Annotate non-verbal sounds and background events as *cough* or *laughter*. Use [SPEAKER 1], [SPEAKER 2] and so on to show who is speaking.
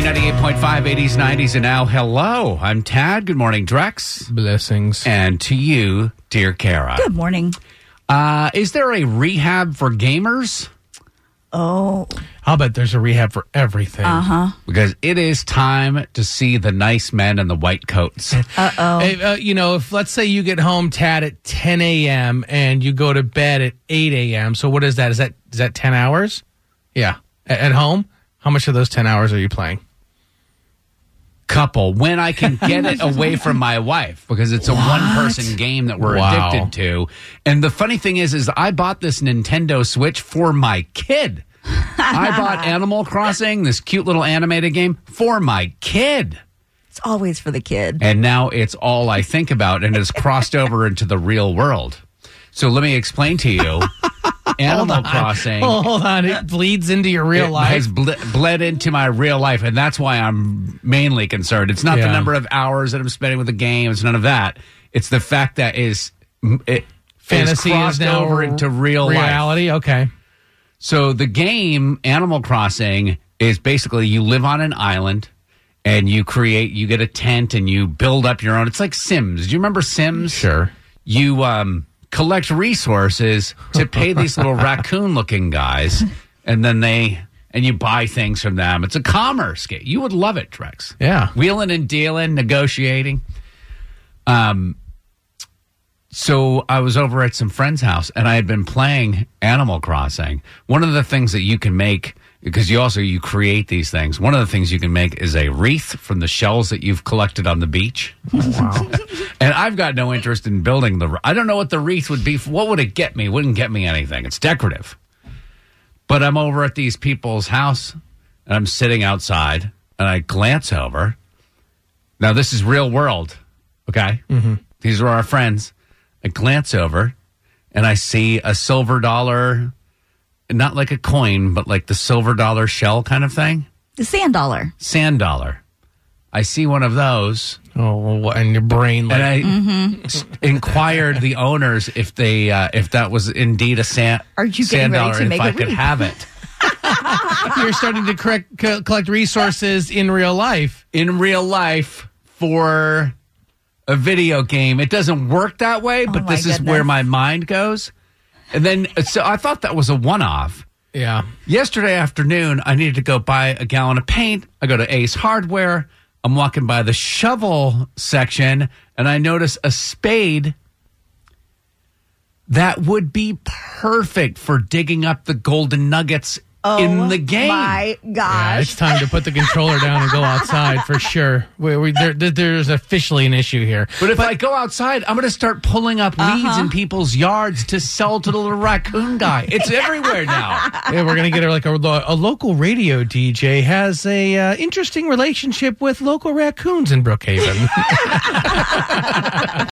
[SPEAKER 1] B98.5, 80s, 90s, and now hello. I'm Tad. Good morning, Drex.
[SPEAKER 2] Blessings.
[SPEAKER 1] And to you, dear Kara.
[SPEAKER 3] Good morning.
[SPEAKER 1] Uh, is there a rehab for gamers?
[SPEAKER 3] Oh,
[SPEAKER 2] I'll bet there's a rehab for everything.
[SPEAKER 1] Uh-huh. Because it is time to see the nice men in the white coats. Oh.
[SPEAKER 2] If, uh, you know, if let's say you get home, Tad, at 10 a.m. and you go to bed at 8 a.m. So what is that? Is that is that 10 hours? Yeah. A- at home, how much of those 10 hours are you playing?
[SPEAKER 1] couple when I can get it away from my wife because it's a one person game that we're
[SPEAKER 2] Wow.
[SPEAKER 1] addicted to. And the funny thing is is I bought this Nintendo Switch for my kid. I bought Animal Crossing, this cute little animated game for my kid.
[SPEAKER 3] it's always for the kid.
[SPEAKER 1] And now it's all I think about and it's crossed over into the real world. So let me explain to
[SPEAKER 2] *laughs*
[SPEAKER 1] you Animal Crossing
[SPEAKER 2] Oh, hold on. It bleeds into your real
[SPEAKER 1] it
[SPEAKER 2] life.
[SPEAKER 1] has ble- bled into my real life, and that's why I'm mainly concerned. It's not the
[SPEAKER 2] Yeah.
[SPEAKER 1] number of hours that I'm spending with the game. It's none of that. It's the fact that is m- it
[SPEAKER 2] Fantasy
[SPEAKER 1] is
[SPEAKER 2] is,
[SPEAKER 1] crossed
[SPEAKER 2] now
[SPEAKER 1] over into real life.
[SPEAKER 2] reality. Okay.
[SPEAKER 1] So the game Animal Crossing is basically you live on an island. And you create, you get a tent and you build up your own. It's like Sims. Do you remember Sims?
[SPEAKER 2] Sure.
[SPEAKER 1] you um, collect resources to pay these little raccoon looking guys and then they and you buy things from them it's a commerce game you would love it drex
[SPEAKER 2] Yeah.
[SPEAKER 1] wheeling and dealing negotiating um so i was over at some friend's house and i had been playing animal crossing one of the things that you can make because you also you create these things one of the things you can make is a wreath from the shells that you've collected on the beach *laughs* and I've got no interest in building the. I don't know what the wreath would be. What would it get me? Wouldn't get me anything. It's decorative. But I'm over at these people's house, and I'm sitting outside, and I glance over. Now this is real world, okay? Mm-hmm. These are our friends. I glance over, and I see a silver dollar, not like a coin, but like the silver dollar shell kind of thing,
[SPEAKER 3] The sand dollar.
[SPEAKER 1] sand dollar. I see one of those.
[SPEAKER 2] Oh, well, what- and your brain like
[SPEAKER 1] And I
[SPEAKER 3] mm-hmm.
[SPEAKER 1] s- inquired the owners if they uh, if that was indeed a sand
[SPEAKER 3] Are you
[SPEAKER 1] sand
[SPEAKER 3] getting ready
[SPEAKER 1] dollar
[SPEAKER 3] to
[SPEAKER 1] and
[SPEAKER 3] make
[SPEAKER 1] if I
[SPEAKER 3] a
[SPEAKER 1] could
[SPEAKER 3] wreath?
[SPEAKER 1] have it
[SPEAKER 2] you're starting to correct, co- collect resources in real life.
[SPEAKER 1] in real life for a video game. It doesn't work that way, but
[SPEAKER 3] Oh my
[SPEAKER 1] this is where
[SPEAKER 3] goodness.
[SPEAKER 1] my mind goes. And then so I thought that was a one off.
[SPEAKER 2] Yeah.
[SPEAKER 1] Yesterday afternoon, I needed to go buy a gallon of paint. I go to Ace Hardware. I'm walking by the shovel section and I notice a spade that would be perfect for digging up the golden nuggets in the game.
[SPEAKER 3] Oh My
[SPEAKER 2] Yeah, it's
[SPEAKER 3] gosh.
[SPEAKER 2] time to put the controller down and go outside for sure. We, we, there, there- there's officially an issue here.
[SPEAKER 1] But if I go outside, I'm going to start pulling up weeds in people's yards to sell to the little raccoon guy. It's everywhere now.
[SPEAKER 2] Yeah, we're gonna get her like a, lo- a local radio DJ has a uh, interesting relationship with local raccoons in Brookhaven.